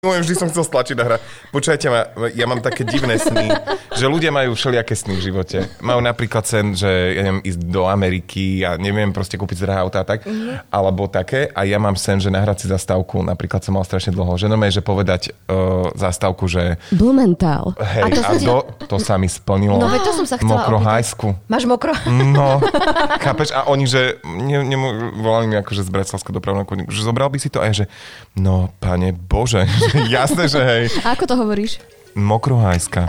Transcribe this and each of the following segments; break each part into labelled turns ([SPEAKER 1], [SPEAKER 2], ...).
[SPEAKER 1] Milujem, vždy som chcel stlačiť a hrať. Počujete ma, ja mám také divné sny, že ľudia majú všelijaké sny v živote. Majú napríklad sen, že ja neviem, ísť do Ameriky a ja neviem, proste kúpiť drahé auta a tak.
[SPEAKER 2] Mhm.
[SPEAKER 1] Mm-hmm. Alebo také. A ja mám sen, že nahrať si zastávku, napríklad som mal strašne dlho, že normálne, že povedať uh, zastávku, že
[SPEAKER 3] Blumenthal.
[SPEAKER 1] hej, a,
[SPEAKER 2] to
[SPEAKER 1] to,
[SPEAKER 2] sa ti-
[SPEAKER 1] do, to sa mi splnilo.
[SPEAKER 2] No veď to som sa chcela
[SPEAKER 1] Mokro
[SPEAKER 2] opýtať.
[SPEAKER 1] hajsku.
[SPEAKER 2] Máš mokro?
[SPEAKER 1] No, chápeš? A oni, že ne, nemu, volali mi akože z Bratislavského dopravného podniku, že zobral by si to a ja, že no, pane Bože, že jasné, že hej,
[SPEAKER 3] A ako to hovoríš?
[SPEAKER 1] mokrohajska.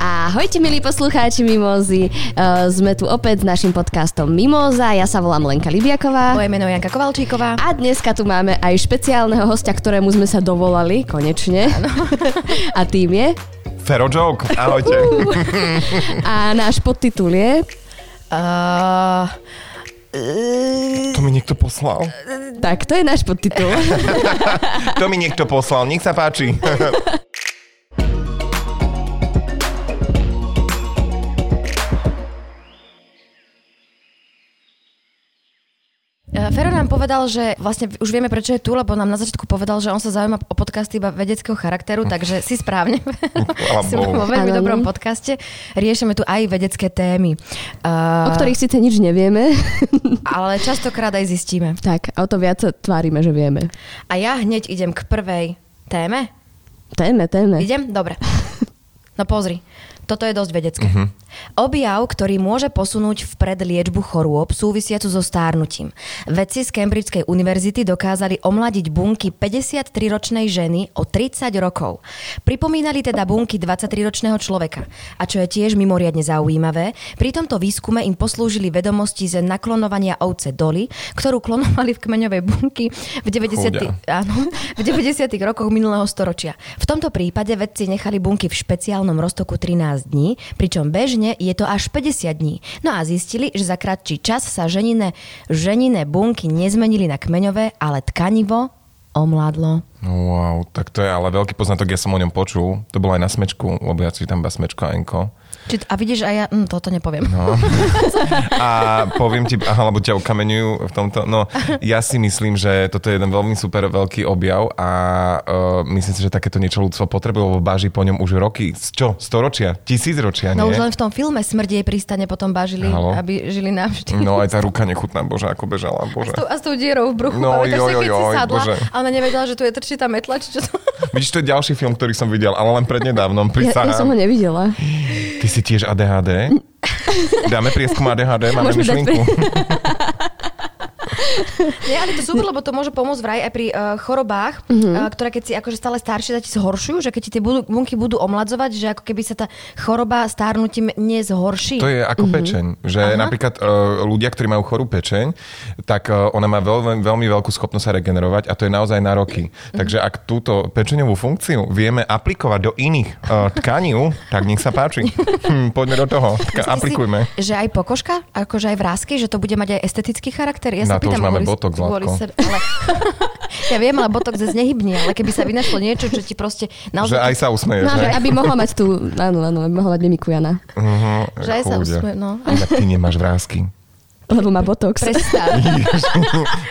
[SPEAKER 3] Ahojte milí poslucháči Mimozy, uh, sme tu opäť s našim podcastom Mimoza, ja sa volám Lenka Libiaková.
[SPEAKER 2] Moje meno je Janka Kovalčíková. Eh,
[SPEAKER 3] A dneska tu máme aj špeciálneho hostia, ktorému sme sa dovolali, konečne. A tým je.
[SPEAKER 1] Fero joke, ahojte.
[SPEAKER 3] A náš podtitul je...
[SPEAKER 2] Uh,
[SPEAKER 1] To mi niekto poslal.
[SPEAKER 3] Tak, to je náš podtitul.
[SPEAKER 1] To mi niekto poslal, nech sa páči.
[SPEAKER 2] Fero nám povedal, že vlastne už vieme, prečo je tu, lebo nám na začiatku povedal, že on sa zaujíma o podcasty iba vedeckého charakteru, takže si správne.
[SPEAKER 1] Chvala
[SPEAKER 2] si
[SPEAKER 1] Bohu.
[SPEAKER 2] vo veľmi
[SPEAKER 3] Áno.
[SPEAKER 2] dobrom podcaste. Riešime tu aj vedecké témy.
[SPEAKER 3] O
[SPEAKER 2] Uh,
[SPEAKER 3] ktorých síce nič nevieme,
[SPEAKER 2] Ale častokrát aj zistíme.
[SPEAKER 3] tak a o to viac sa tvárime, že vieme.
[SPEAKER 2] A ja hneď idem k prvej téme.
[SPEAKER 3] Téme, téme.
[SPEAKER 2] Idem? Dobre. No pozri, toto je dosť vedecké. Uh-huh. Objav, ktorý môže posunúť vpred liečbu chorôb súvisiacu so stárnutím. Vedci z Cambridgeskej univerzity dokázali omladiť bunky 53-ročnej ženy o 30 rokov. Pripomínali teda bunky 23-ročného človeka. A čo je tiež mimoriadne zaujímavé, pri tomto výskume im poslúžili vedomosti z naklonovania ovce Dolly, ktorú klonovali v kmeňovej bunky v 90.
[SPEAKER 1] Chudia.
[SPEAKER 2] Áno, v 90. rokoch minulého storočia. V tomto prípade vedci nechali bunky v špeciálnom roztoku 13 dní, pričom bežne je to až 50 dní. No a zistili, že za kratší čas sa ženine, ženine bunky nezmenili na kmeňové, ale tkanivo
[SPEAKER 1] No,
[SPEAKER 2] omladlo.
[SPEAKER 1] Wow, tak to je ale veľký poznatok, ja som o ňom počul. To bolo aj na smečku, lebo ja čítam iba smečko a enko.
[SPEAKER 2] Či, a vidíš, a ja hm, toto nepoviem. No.
[SPEAKER 1] A poviem ti, aha, lebo ťa ukameňujú v tomto. No, ja si myslím, že toto je jeden veľmi super veľký objav a uh, myslím si, že takéto niečo ľudstvo potrebuje, lebo báži po ňom už roky. Z čo? Storočia? Tisícročia,
[SPEAKER 2] No
[SPEAKER 1] nie?
[SPEAKER 2] už len v tom filme Smrdie pristane potom bažili,
[SPEAKER 1] Halo?
[SPEAKER 2] aby žili navždy.
[SPEAKER 1] No aj tá ruka nechutná, bože, ako bežala,
[SPEAKER 2] S
[SPEAKER 1] bože.
[SPEAKER 2] tou, a s tou dierou v bruchu.
[SPEAKER 1] No,
[SPEAKER 2] Pamätáš si,
[SPEAKER 1] joj,
[SPEAKER 2] keď
[SPEAKER 1] joj,
[SPEAKER 2] si
[SPEAKER 1] joj,
[SPEAKER 2] sadla
[SPEAKER 1] bože.
[SPEAKER 2] a ona nevedela, že tu je trčitá metla, či čo to...
[SPEAKER 1] Vidíš, to je ďalší film, ktorý som videl, ale len prednedávnom,
[SPEAKER 3] Ja, ja som
[SPEAKER 1] prisahám.
[SPEAKER 3] ho nevidela.
[SPEAKER 1] Ty si tiež ADHD? Dáme prieskum ADHD, máme
[SPEAKER 3] Môžeme dať
[SPEAKER 1] myšlienku.
[SPEAKER 2] Nie, ale to super, lebo to môže pomôcť vraj aj pri uh, chorobách, uh,
[SPEAKER 1] Mhm.
[SPEAKER 2] ktoré keď si akože stále staršie deti zhoršujú, že keď ti tie budú, bunky budú omladzovať, že ako keby sa tá choroba starnutím nezhorší.
[SPEAKER 1] To je ako
[SPEAKER 2] Mhm.
[SPEAKER 1] mm-hmm. pečeň, že Aha. napríklad uh, ľudia, ktorí majú chorú pečeň, tak uh, ona má veľmi, veľmi veľkú schopnosť sa regenerovať a to je naozaj na roky.
[SPEAKER 2] Mhm.
[SPEAKER 1] Mm-hmm. Takže ak túto pečeňovú funkciu vieme aplikovať do iných uh, tkaní, tak nech sa páči. Hm, poďme do toho, Tka,
[SPEAKER 2] Myslíš si,
[SPEAKER 1] aplikujme.
[SPEAKER 2] Že aj pokožka, akože aj vrázky, že to bude mať aj estetický charakter. Ja
[SPEAKER 1] Na
[SPEAKER 2] sa
[SPEAKER 1] to už
[SPEAKER 2] pýtam,
[SPEAKER 1] máme
[SPEAKER 2] kvôli-
[SPEAKER 1] botox, Zlatko.
[SPEAKER 2] kvôli sr- ale, ja viem, ale botok zase nehybne, ale keby sa vynašlo niečo, čo ti proste
[SPEAKER 1] Že
[SPEAKER 2] naozaj...
[SPEAKER 1] aj sa usmeješ, že?
[SPEAKER 3] No, aby, aby mohla mať tú, áno, áno, aby mohla mať mimiku Jana.
[SPEAKER 1] Uh-huh,
[SPEAKER 2] Že aj sa usmie- no.
[SPEAKER 1] Tak ty nemáš vrázky.
[SPEAKER 3] Lebo má botox.
[SPEAKER 2] Prestáv.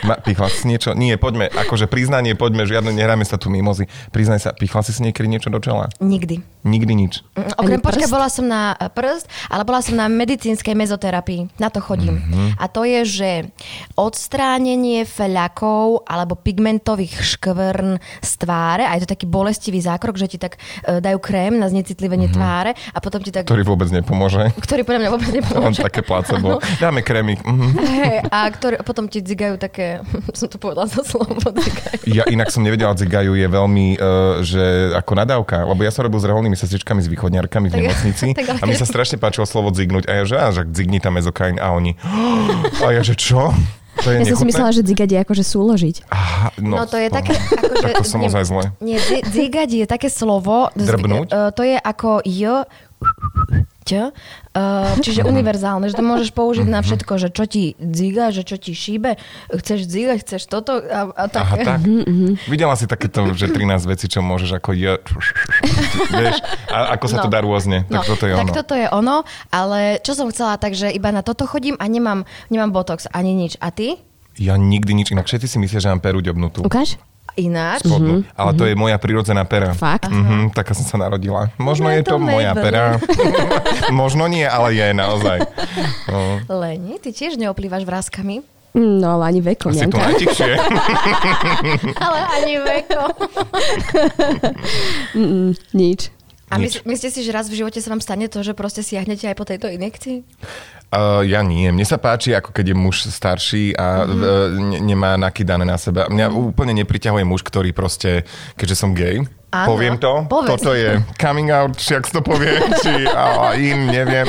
[SPEAKER 1] Ma, pichla si niečo? Nie, poďme, akože priznanie, poďme, žiadne, nehráme sa tu mimozy. Priznaj sa, pichla si si niekedy niečo do čela?
[SPEAKER 2] Nikdy.
[SPEAKER 1] Nikdy nič.
[SPEAKER 2] Mm, Okrem
[SPEAKER 3] Ani prst?
[SPEAKER 2] počka, bola som na e, prst, ale bola som na medicínskej mezoterapii. Na to
[SPEAKER 1] Mhm.
[SPEAKER 2] chodím. Mm-hmm. A to je, že odstránenie fľakov alebo pigmentových škvrn z tváre, a je to taký bolestivý zákrok, že ti tak e, dajú krém na znecitlivenie mm-hmm. tváre a potom ti tak...
[SPEAKER 1] Mhm. Ktorý vôbec nepomôže.
[SPEAKER 2] ktorý podľa mňa vôbec
[SPEAKER 1] On
[SPEAKER 2] nepomôže.
[SPEAKER 1] také placebo. Dáme krémik. Mhm.
[SPEAKER 2] Hej, a ktorý, potom ti dzigajú také, som to povedala za slovo, dzigajú.
[SPEAKER 1] Ja inak som nevedela, cigaju je veľmi, uh, že ako nadávka, lebo ja som robil s reholnými sestričkami, s východňarkami v
[SPEAKER 2] Tak-
[SPEAKER 1] nemocnici
[SPEAKER 2] tak ale-
[SPEAKER 1] a mi sa strašne páčilo slovo zignúť a ja že, á, že zigni tam mezokain a oni, a ja že čo? To je
[SPEAKER 3] Ja som si
[SPEAKER 1] nechutné?
[SPEAKER 3] myslela, že dzigať je akože súložiť.
[SPEAKER 1] Aha, no,
[SPEAKER 2] No to je
[SPEAKER 1] to-
[SPEAKER 2] také... Akože,
[SPEAKER 1] Tak to som ozaj zle.
[SPEAKER 2] Nie, dzi- dzigať je také slovo...
[SPEAKER 1] Drbnúť?
[SPEAKER 2] e, To je ako j... ť, uh,
[SPEAKER 1] Mhm.
[SPEAKER 2] čiže univerzálne, že to môžeš použiť na všetko, že čo ti dziga, že čo ti šíbe, chceš dziga, chceš toto a, a tak.
[SPEAKER 1] Aha, tak.
[SPEAKER 2] Mhm,
[SPEAKER 1] Videla si takéto, že 13 vecí, čo môžeš ako je... Vieš, a ako sa to
[SPEAKER 2] No.
[SPEAKER 1] dá rôzne. Tak toto je
[SPEAKER 2] tak
[SPEAKER 1] ono.
[SPEAKER 2] toto je ono, ale čo som chcela, takže iba na toto chodím a nemám, nemám botox ani nič. A ty?
[SPEAKER 1] Ja nikdy nič inak. Všetci si myslia, že mám peru ďobnutú.
[SPEAKER 3] Ukáž?
[SPEAKER 2] Ináč?
[SPEAKER 1] Spodnú. Ale to je moja prirodzená pera.
[SPEAKER 3] Fakt?
[SPEAKER 1] Mhm, taká som sa narodila. Možno
[SPEAKER 2] No,
[SPEAKER 1] je to
[SPEAKER 2] to
[SPEAKER 1] moja
[SPEAKER 2] maybe.
[SPEAKER 1] pera. Možno nie, ale je naozaj. No.
[SPEAKER 2] Leni, ty tiež neoplývaš vrázkami.
[SPEAKER 3] No, ale ani vekom,
[SPEAKER 1] Asi to
[SPEAKER 3] Janka.
[SPEAKER 1] najtikšie.
[SPEAKER 2] Ale ani veko.
[SPEAKER 3] Mm, nič.
[SPEAKER 2] A my,
[SPEAKER 1] Nič.
[SPEAKER 2] myslíte si, že raz v živote sa vám stane to, že proste siahnete aj po tejto injekcii?
[SPEAKER 1] Uh, ja nie. Mne sa páči, ako keď je muž starší a mm-hmm. uh, ne- nemá nakydané na seba. Mňa úplne nepriťahuje muž, ktorý proste, keďže som gay,
[SPEAKER 2] Áno,
[SPEAKER 1] poviem to,
[SPEAKER 2] povedz.
[SPEAKER 1] toto je coming out, či ak to povie, či a, a in, neviem.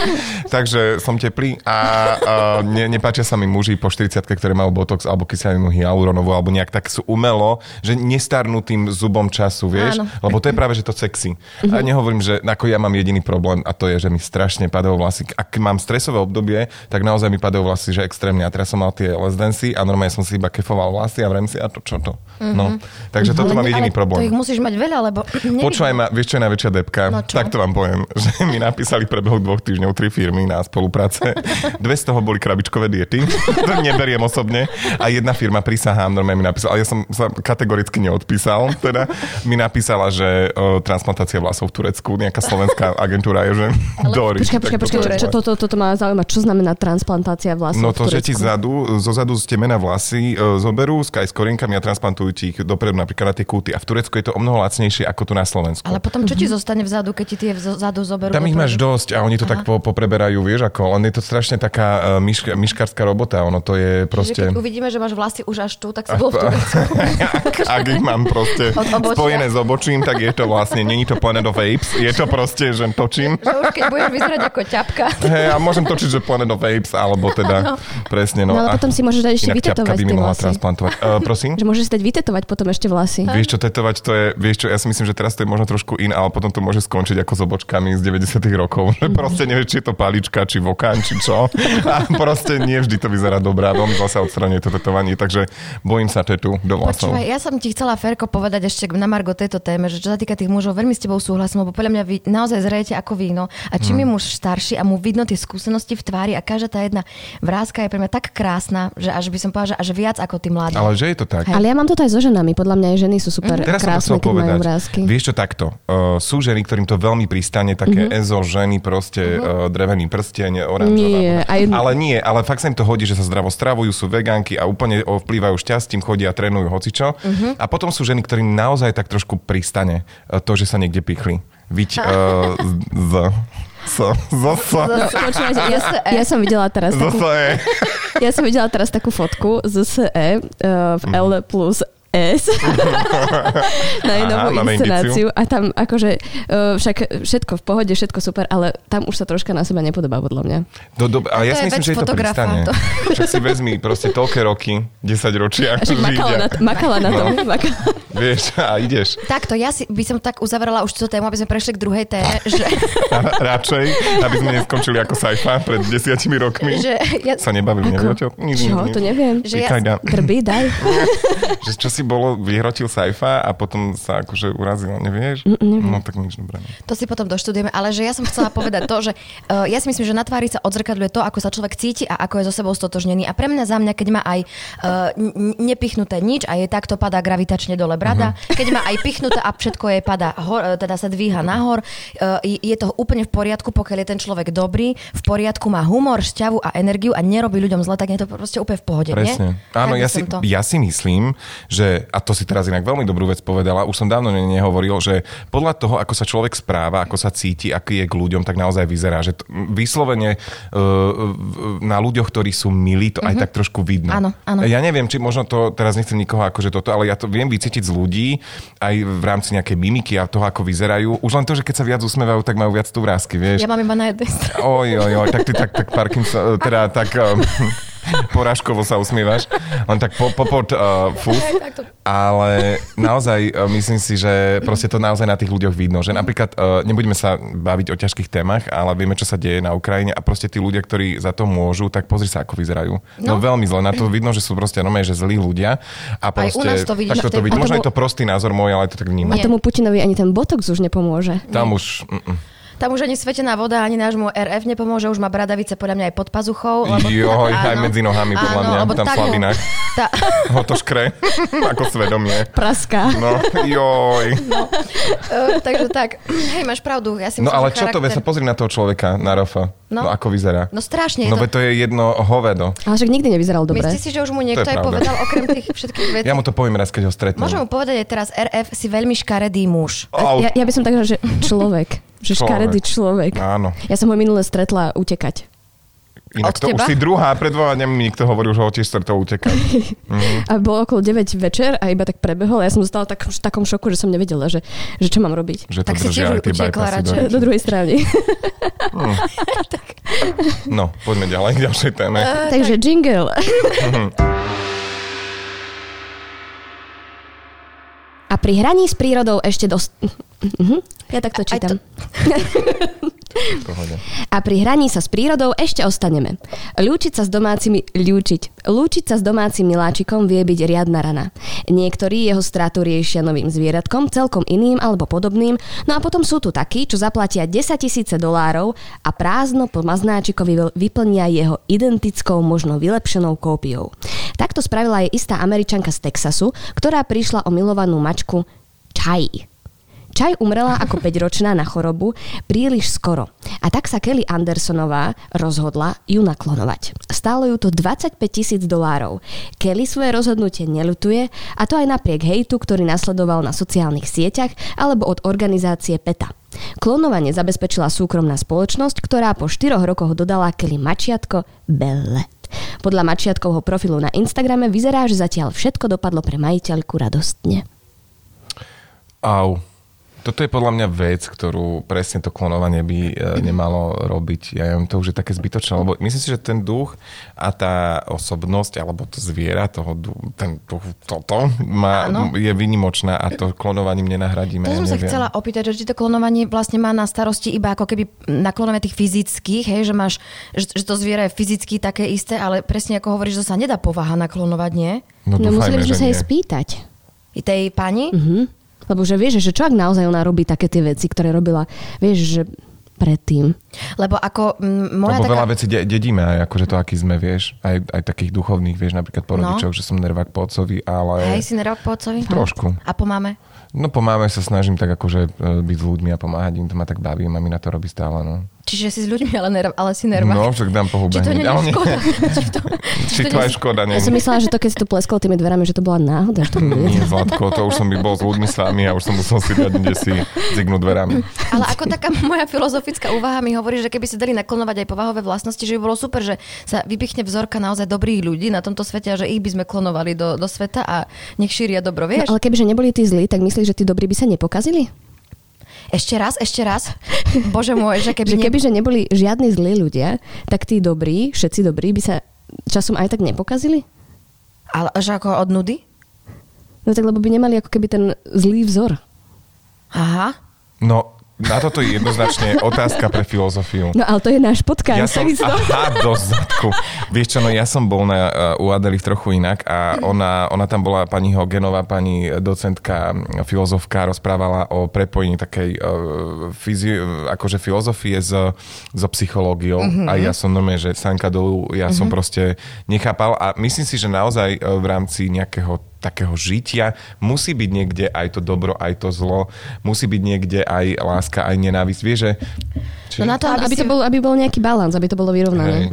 [SPEAKER 1] Takže som teplý a uh, ne, nepáčia sa mi muži po 40 ktorí majú botox alebo kyselinu hyaluronovú alebo nejak tak sú umelo, že nestarnú tým zubom času, vieš?
[SPEAKER 2] Áno. Mhm.
[SPEAKER 1] Lebo to je práve, že to sexy. A nehovorím, že ako ja mám jediný problém a to je, že mi strašne padajú vlasy. Ak mám stresové obdobie, tak naozaj mi padajú vlasy, že extrémne. A teraz som mal tie lesdency a normálne som si iba kefoval vlasy a vrem si a to čo to. No. Takže toto mám jediný
[SPEAKER 2] Mhm. ale To ich
[SPEAKER 1] problém.
[SPEAKER 2] musíš mať veľa, lebo...
[SPEAKER 1] Počúvaj ma, vieš čo je najväčšia depka?
[SPEAKER 2] No čo?
[SPEAKER 1] tak to vám poviem, že mi napísali prebehu dvoch týždňov tri firmy na spolupráce. Dve z toho boli krabičkové diety, to neberiem osobne. A jedna firma, prisahám, normálne mi napísala, ale ja som sa kategoricky neodpísal, teda mi napísala, že o, transplantácia vlasov v Turecku, nejaká slovenská agentúra je, že Dori.
[SPEAKER 3] Počkaj, počkaj,
[SPEAKER 1] tak
[SPEAKER 3] počkaj,
[SPEAKER 1] toto
[SPEAKER 3] čo,
[SPEAKER 1] je.
[SPEAKER 3] toto, toto ma zaujíma. Čo znamená transplantácia vlasov
[SPEAKER 1] No
[SPEAKER 3] v
[SPEAKER 1] to, že ti
[SPEAKER 3] Turecku?
[SPEAKER 1] zadu, zo zadu z temena vlasy e, zoberú, s- aj s korienkami a transplantujú ti ich dopredu napríklad na tie kúty. A v Turecku je to o mnoho lacnejšie ako tu na Slovensku.
[SPEAKER 2] Ale potom čo ti zostane vzadu, keď ti tie vzadu zoberú?
[SPEAKER 1] Mhm. Tam ich máš
[SPEAKER 2] dopredu?
[SPEAKER 1] dosť a oni to Aha. tak po, popreberajú, vieš ako, len je to strašne taká uh, myška, myškárska robota, ono to je
[SPEAKER 2] Čiže
[SPEAKER 1] proste...
[SPEAKER 2] keď uvidíme, že máš vlasy už až tu, tak si bol v Turecku.
[SPEAKER 1] ak, ak ich mám proste
[SPEAKER 2] Od obočia.
[SPEAKER 1] spojené s obočím, tak je to vlastne, není to Planet of Apes, je to proste, že točím.
[SPEAKER 2] Že už keď budeš vyzerať ako ťapka.
[SPEAKER 1] Hey, a môžem točiť, že Planet of Apes, alebo teda, presne, no.
[SPEAKER 3] No, ale
[SPEAKER 1] a-
[SPEAKER 3] potom si môžeš dať ešte
[SPEAKER 1] Inak ťapka
[SPEAKER 3] vytetovať vlastne.
[SPEAKER 1] by mi
[SPEAKER 3] tie
[SPEAKER 1] mohla
[SPEAKER 3] vlasy.
[SPEAKER 1] transplantovať. Uh, prosím?
[SPEAKER 3] Že môžeš si dať vytetovať potom ešte vlasy.
[SPEAKER 1] Vieš čo, tetovať to je, vieš čo, ja si myslím, že teraz to je možno trošku in, ale potom to môže skončiť ako s obočkami z 90 rokov. Že proste nevieš, či je to palička, či vokán, či čo. A proste nie vždy to vyzerá dobrá. Veľmi zase odstraňuje to tetovanie, takže bojím sa tetu do vlasov.
[SPEAKER 2] Počúvaj, ja som ti chcela Ferko povedať ešte na Margo tejto téme, že čo sa týka tých mužov, veľmi s tebou súhlasím, lebo podľa mňa vy naozaj zrejete ako víno. A čím je
[SPEAKER 1] Mhm.
[SPEAKER 2] muž starší a mu vidno tie skúsenosti v tvári a každá tá jedna vrázka je pre mňa tak krásna, že až by som povedala, že až viac ako tí mladí.
[SPEAKER 1] Ale že je to tak.
[SPEAKER 3] Ale ja mám to aj so ženami. Podľa mňa aj ženy sú super
[SPEAKER 1] Teraz som
[SPEAKER 3] krásne,
[SPEAKER 1] to chcel
[SPEAKER 3] keď
[SPEAKER 1] povedať.
[SPEAKER 3] majú vrázky.
[SPEAKER 1] Vieš čo, takto. Uh, sú ženy, ktorým to veľmi pristane, také mm-hmm. ezo ženy, proste uh, drevený prsteň,
[SPEAKER 3] Mhm. Nie,
[SPEAKER 1] oranžová.
[SPEAKER 3] aj-
[SPEAKER 1] Ale nie, ale fakt sa im to hodí, že sa zdravo stravujú, sú vegánky a úplne vplývajú šťastím, chodia, trénujú hocičo.
[SPEAKER 3] Mhm.
[SPEAKER 1] Mm-hmm. A potom sú ženy, ktorým naozaj tak trošku pristane uh, to, že sa niekde pichli.
[SPEAKER 3] Ah.
[SPEAKER 1] Viť uh, z... Z... Z... Z...
[SPEAKER 3] No, počúvajte, ja, ja som videla teraz
[SPEAKER 1] Z... e.
[SPEAKER 3] takú
[SPEAKER 1] Z...
[SPEAKER 3] Ja som videla teraz takú fotku z SE eh, v
[SPEAKER 1] Mhm.
[SPEAKER 3] L plus S na jej novú
[SPEAKER 1] Aha, máme
[SPEAKER 3] inscenáciu a tam akože eh, však všetko v pohode, všetko super, ale tam už sa troška na seba nepodobá podľa mňa.
[SPEAKER 1] Do, do, a ja
[SPEAKER 2] To
[SPEAKER 1] si
[SPEAKER 2] je
[SPEAKER 1] myslím,
[SPEAKER 2] vec
[SPEAKER 1] že je to
[SPEAKER 2] fotografa,
[SPEAKER 1] pristane.
[SPEAKER 2] to.
[SPEAKER 1] Však si vezmi proste toľké roky, 10 ročia,
[SPEAKER 3] A však makala na, makala na tom.
[SPEAKER 1] No.
[SPEAKER 3] Makala.
[SPEAKER 1] Vieš, a ideš.
[SPEAKER 2] Takto, ja si, by som tak uzavrela už túto tému, aby sme prešli k druhej téme, že,
[SPEAKER 1] A radšej, aby sme neskončili ako sajfa pred desiatimi rokmi.
[SPEAKER 2] že ja,
[SPEAKER 1] Sa nebavím, neviete?
[SPEAKER 3] Čo? To neviem.
[SPEAKER 2] Že ja-
[SPEAKER 3] Drbí, daj.
[SPEAKER 1] že čo si bolo, vyhrotil sajfa a potom sa akože urazil, nevieš? No tak nič dobré.
[SPEAKER 2] To si potom doštudujeme, ale že ja som chcela povedať to, že uh, ja si myslím, že na tvári sa odzrkadľuje to, ako sa človek cíti a ako je so sebou stotožnený. A pre mňa za mňa, keď má aj uh, n- nepichnuté nič a jej takto padá gravitačne dole
[SPEAKER 1] Mhm.
[SPEAKER 2] brada, uh-huh. keď má aj pichnuté a všetko jej padá, hor, eh, teda sa dvíha nahor, uh, je to úplne v poriadku, pokiaľ je ten človek dobrý, v poriadku má humor, šťavu a energiu a nerobí ľuďom zle, tak je to proste úplne v pohode, nie?
[SPEAKER 1] Presne. Áno,
[SPEAKER 2] Tak by
[SPEAKER 1] ja
[SPEAKER 2] som
[SPEAKER 1] si,
[SPEAKER 2] to.
[SPEAKER 1] ja si myslím, že, a to si teraz inak veľmi dobrú vec povedala, už som dávno ne- nehovoril, že podľa toho, ako sa človek správa, ako sa cíti, aký je k ľuďom, tak naozaj vyzerá. Že t- vyslovene uh, na ľuďoch, ktorí sú milí, to aj tak trošku vidno.
[SPEAKER 2] Mhm. Áno, áno.
[SPEAKER 1] Ja neviem, či možno to, teraz nechcem nikoho akože toto, ale ja to viem vycítiť z ľudí, aj v rámci nejakej mimiky a toho, ako vyzerajú. Už len to, že keď sa viac usmievajú, tak majú viac tu vrázky, vieš.
[SPEAKER 2] Ja mám iba na jednej strane.
[SPEAKER 1] Oj, oj, oj, e, tak ty tak, tak Parkinson, teda tak um, Porážkovo sa usmievaš. Len tak po, popod uh, fuf. Ale naozaj uh, myslím si, že proste to naozaj na tých ľuďoch vidno. Že napríklad uh, nebudeme sa baviť o ťažkých témach, ale vieme, čo sa deje na Ukrajine a proste tí ľudia, ktorí za to môžu, tak pozri sa, ako vyzerajú. No, no veľmi zle. Na to vidno, že sú proste normálne, že zlí ľudia. A proste,
[SPEAKER 2] u nás to vidíš
[SPEAKER 1] takto
[SPEAKER 2] v tej-
[SPEAKER 1] to vidí.
[SPEAKER 3] A to
[SPEAKER 1] Možno je
[SPEAKER 3] bol-
[SPEAKER 1] to prostý názor môj, ale to tak
[SPEAKER 3] A
[SPEAKER 1] vnímam.
[SPEAKER 2] Nie.
[SPEAKER 3] tomu Putinovi ani ten botox už nepomôže.
[SPEAKER 1] Tam už... Mm, mm.
[SPEAKER 2] Tam už ani svetená voda, ani nášmu RF nepomôže, už má bradavice podľa mňa aj pod pazuchou.
[SPEAKER 1] Joj, aj
[SPEAKER 2] Áno.
[SPEAKER 1] medzi nohami, podľa
[SPEAKER 2] Áno,
[SPEAKER 1] mňa,
[SPEAKER 2] lebo
[SPEAKER 1] tam v
[SPEAKER 2] tak-
[SPEAKER 1] slabinách.
[SPEAKER 2] tá-
[SPEAKER 1] Ho to škre, ako svedomie.
[SPEAKER 3] Praská.
[SPEAKER 1] No, joj.
[SPEAKER 2] Eh, No. takže tak, hej, máš pravdu, ja si
[SPEAKER 1] No
[SPEAKER 2] myslím,
[SPEAKER 1] ale
[SPEAKER 2] že
[SPEAKER 1] čo to, veď sa
[SPEAKER 2] charakter-
[SPEAKER 1] pozri na toho človeka, na Rafa.
[SPEAKER 2] No.
[SPEAKER 1] No, no ako vyzerá.
[SPEAKER 2] No strašne, je
[SPEAKER 1] No
[SPEAKER 2] to-
[SPEAKER 1] veď to je jedno hovedo.
[SPEAKER 3] Ale však nikdy nevyzeral dobre.
[SPEAKER 2] Myslíte si, že už mu niekto
[SPEAKER 1] To je
[SPEAKER 2] aj
[SPEAKER 1] pravda.
[SPEAKER 2] povedal okrem tých všetkých vecí?
[SPEAKER 1] Ja mu to poviem raz, keď ho stretnem.
[SPEAKER 2] Môžem mu povedať aj teraz, RF si veľmi škaredý muž.
[SPEAKER 1] Au.
[SPEAKER 3] Ja, ja by som tak že človek. Že
[SPEAKER 1] Človek. No.
[SPEAKER 3] škaredý človek.
[SPEAKER 1] Áno.
[SPEAKER 3] Ja som ho minule stretla utekať.
[SPEAKER 1] Inak
[SPEAKER 2] Od
[SPEAKER 1] to
[SPEAKER 2] teba?
[SPEAKER 1] už si druhá, pred dvoma dňami mi niekto hovorí, že ho tiež stretol uteká.
[SPEAKER 3] A bolo okolo 9 večer a iba tak prebehol a ja som zostala tak, v takom šoku, že som nevedela, že, že čo mám robiť.
[SPEAKER 1] Že to
[SPEAKER 2] Tak si
[SPEAKER 1] držia
[SPEAKER 2] tiež
[SPEAKER 1] aj tie
[SPEAKER 2] utiekla
[SPEAKER 1] bypassy do
[SPEAKER 2] radšej.
[SPEAKER 1] reči.
[SPEAKER 3] Do druhej strany.
[SPEAKER 1] No, poďme ďalej k ďalšej téme.
[SPEAKER 3] Takže jingle. A pri hraní s prírodou ešte Mhm. dosť... Ja takto
[SPEAKER 2] aj
[SPEAKER 3] čítam.
[SPEAKER 2] to-
[SPEAKER 1] V pohode.
[SPEAKER 3] A pri hraní sa s prírodou ešte ostaneme. Ľúčiť sa s domácimi... Ľúčiť. Lúčiť sa s domácim miláčikom vie byť riadna rana. Niektorí jeho stratu riešia novým zvieratkom, celkom iným alebo podobným, no a potom sú tu takí, čo zaplatia 10 tisíce dolárov a prázdno po maznáčikovi vyl- vyplnia jeho identickou, možno vylepšenou kópiou. Takto spravila aj istá američanka z Texasu, ktorá prišla o milovanú mačku Chai. Čaj umrela ako 5-ročná na chorobu príliš skoro. A tak sa Kelly Andersonová rozhodla ju naklonovať. Stálo ju to 25 tisíc dolárov. Kelly svoje rozhodnutie nelutuje a to aj napriek hejtu, ktorý nasledoval na sociálnych sieťach alebo od organizácie PETA. Klonovanie zabezpečila súkromná spoločnosť, ktorá po 4 rokoch dodala Kelly mačiatko Belle. Podľa mačiatkovho profilu na Instagrame vyzerá, že zatiaľ všetko dopadlo pre majiteľku radostne.
[SPEAKER 1] Au. Toto je podľa mňa vec, ktorú presne to klonovanie by e, nemalo robiť. Ja viem, to už je také zbytočné, lebo myslím si, že ten duch a tá osobnosť, alebo to zviera, toho, du- ten duch, toto, má,
[SPEAKER 2] Áno.
[SPEAKER 1] je vynimočná a to klonovaním nenahradíme.
[SPEAKER 2] To
[SPEAKER 1] ja
[SPEAKER 2] som sa
[SPEAKER 1] neviem.
[SPEAKER 2] chcela opýtať, že či to klonovanie vlastne má na starosti iba ako keby na klonovanie tých fyzických, hej, že, máš, že, že to zviera je fyzicky také isté, ale presne ako hovoríš, to sa nedá povaha na klonovať, nie?
[SPEAKER 1] No,
[SPEAKER 3] No,
[SPEAKER 1] dúfajme,
[SPEAKER 3] museli by sme
[SPEAKER 1] že
[SPEAKER 3] sa jej
[SPEAKER 1] nie.
[SPEAKER 3] spýtať.
[SPEAKER 2] I tej pani?
[SPEAKER 1] Hm.
[SPEAKER 3] Mhm. Lebo že vieš, že čo ak naozaj ona robí také tie veci, ktoré robila, vieš, že predtým.
[SPEAKER 2] Lebo ako m, moja
[SPEAKER 1] Lebo
[SPEAKER 2] taká...
[SPEAKER 1] veľa vecí de- dedíme, aj akože to, aký sme, vieš, aj, aj takých duchovných, vieš, napríklad po
[SPEAKER 2] No.
[SPEAKER 1] rodičoch, že som nervák po otcovi, ale
[SPEAKER 2] Hej, si nerok po otcovi?
[SPEAKER 1] Trošku.
[SPEAKER 2] A po mame?
[SPEAKER 1] no po máme sa snažím tak akože e, byť s ľuďmi a pomáhať im, to ma tak baví, mami na to robí stále, no.
[SPEAKER 2] Čiže si s ľuďmi, ale, nerv, ale si nervák.
[SPEAKER 1] No, však dám po hube.
[SPEAKER 2] Či to nie
[SPEAKER 1] hneď. Ale
[SPEAKER 2] je
[SPEAKER 1] nie.
[SPEAKER 2] škoda? Či to,
[SPEAKER 1] Či to aj škoda, nie.
[SPEAKER 3] Ja som myslela, že to, keď si to pleskol tými dverami, že to bola náhoda. Že to...
[SPEAKER 1] Nie, Zlatko, to už som by bol s ľuďmi s vami a už som musel si dať kde si zignúť dverami.
[SPEAKER 2] Ale ako taká moja filozofická úvaha mi hovorí, že keby sa dali naklonovať aj povahové vlastnosti, že by bolo super, že sa vypichne vzorka naozaj dobrých ľudí na tomto svete a že ich by sme klonovali do, do sveta a nech šíria dobro,
[SPEAKER 3] No,
[SPEAKER 2] vieš?
[SPEAKER 3] ale kebyže neboli tí zlí, tak myslíš, že tí dobrí by sa nepokazili?
[SPEAKER 2] Ešte raz, ešte raz. Bože môj, že
[SPEAKER 3] Keby že
[SPEAKER 2] keby...
[SPEAKER 3] kebyže neboli žiadni zlí ľudia, tak tí dobrí, všetci dobrí by sa časom aj tak nepokazili?
[SPEAKER 2] Ale že ako od nudy?
[SPEAKER 3] No tak lebo by nemali ako keby ten zlý vzor.
[SPEAKER 2] Aha.
[SPEAKER 1] No, na toto je jednoznačne otázka pre filozofiu.
[SPEAKER 3] No ale to je náš podcast.
[SPEAKER 1] Ja som, aha, do zadku. Vieš čo, no ja som bol na, uh, u Adely trochu inak a ona, ona tam bola pani Hogenová, pani docentka, mm, filozofka, rozprávala o prepojení takej uh, fyzi- akože filozofie s, so psychológiou a
[SPEAKER 2] Mhm.
[SPEAKER 1] ja som normálne, že sanka dolu, ja som proste nechápal a myslím si, že naozaj uh, v rámci nejakého takého žitia musí byť niekde aj to dobro, aj to zlo, musí byť niekde aj láska, aj nenávisť. Vieš, že... Či...
[SPEAKER 2] No na to, aby,
[SPEAKER 3] aby,
[SPEAKER 2] si...
[SPEAKER 3] to bol, aby bol nejaký balans, aby to bolo vyrovnané.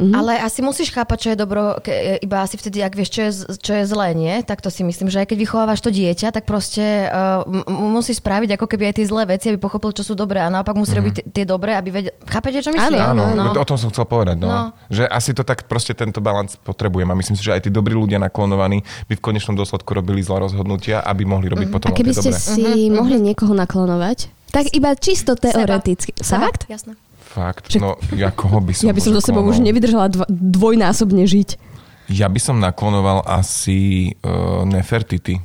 [SPEAKER 1] Hej.
[SPEAKER 3] Mhm.
[SPEAKER 2] Ale asi musíš chápať, čo je dobro, ke, e, iba asi vtedy, ak vieš, čo je, z- čo je zlé, nie? Tak to si myslím, že aj keď vychovávaš to dieťa, tak proste uh, m- m- musíš spraviť ako keby aj tie zlé veci, aby pochopil, čo sú dobré a naopak musí mm. robiť tie- tie dobré, aby vedel... Chápete, čo myslím?
[SPEAKER 1] Mhm. Áno,
[SPEAKER 2] no.
[SPEAKER 1] no. o tom som chcel povedať. No.
[SPEAKER 2] No.
[SPEAKER 1] no. Že asi to tak proste tento balans potrebujem a myslím si, že aj tí dobrí ľudia naklonovaní by v konečnom dôsledku robili zlé rozhodnutia, aby mohli robiť potom
[SPEAKER 3] Mm. A keby
[SPEAKER 1] tie
[SPEAKER 3] ste
[SPEAKER 1] dobré.
[SPEAKER 3] si mohli niekoho naklonovať, tak iba čisto teoreticky.
[SPEAKER 2] Seba?
[SPEAKER 3] Fakt?
[SPEAKER 2] Jasné.
[SPEAKER 1] Fakt,
[SPEAKER 3] Čiže-
[SPEAKER 1] no ja koho by som...
[SPEAKER 3] Ja by som
[SPEAKER 1] bože
[SPEAKER 3] so sebou už
[SPEAKER 1] klonoval?
[SPEAKER 3] nevydržala dva, dvojnásobne žiť.
[SPEAKER 1] Ja by som naklonoval asi uh, Nefertity.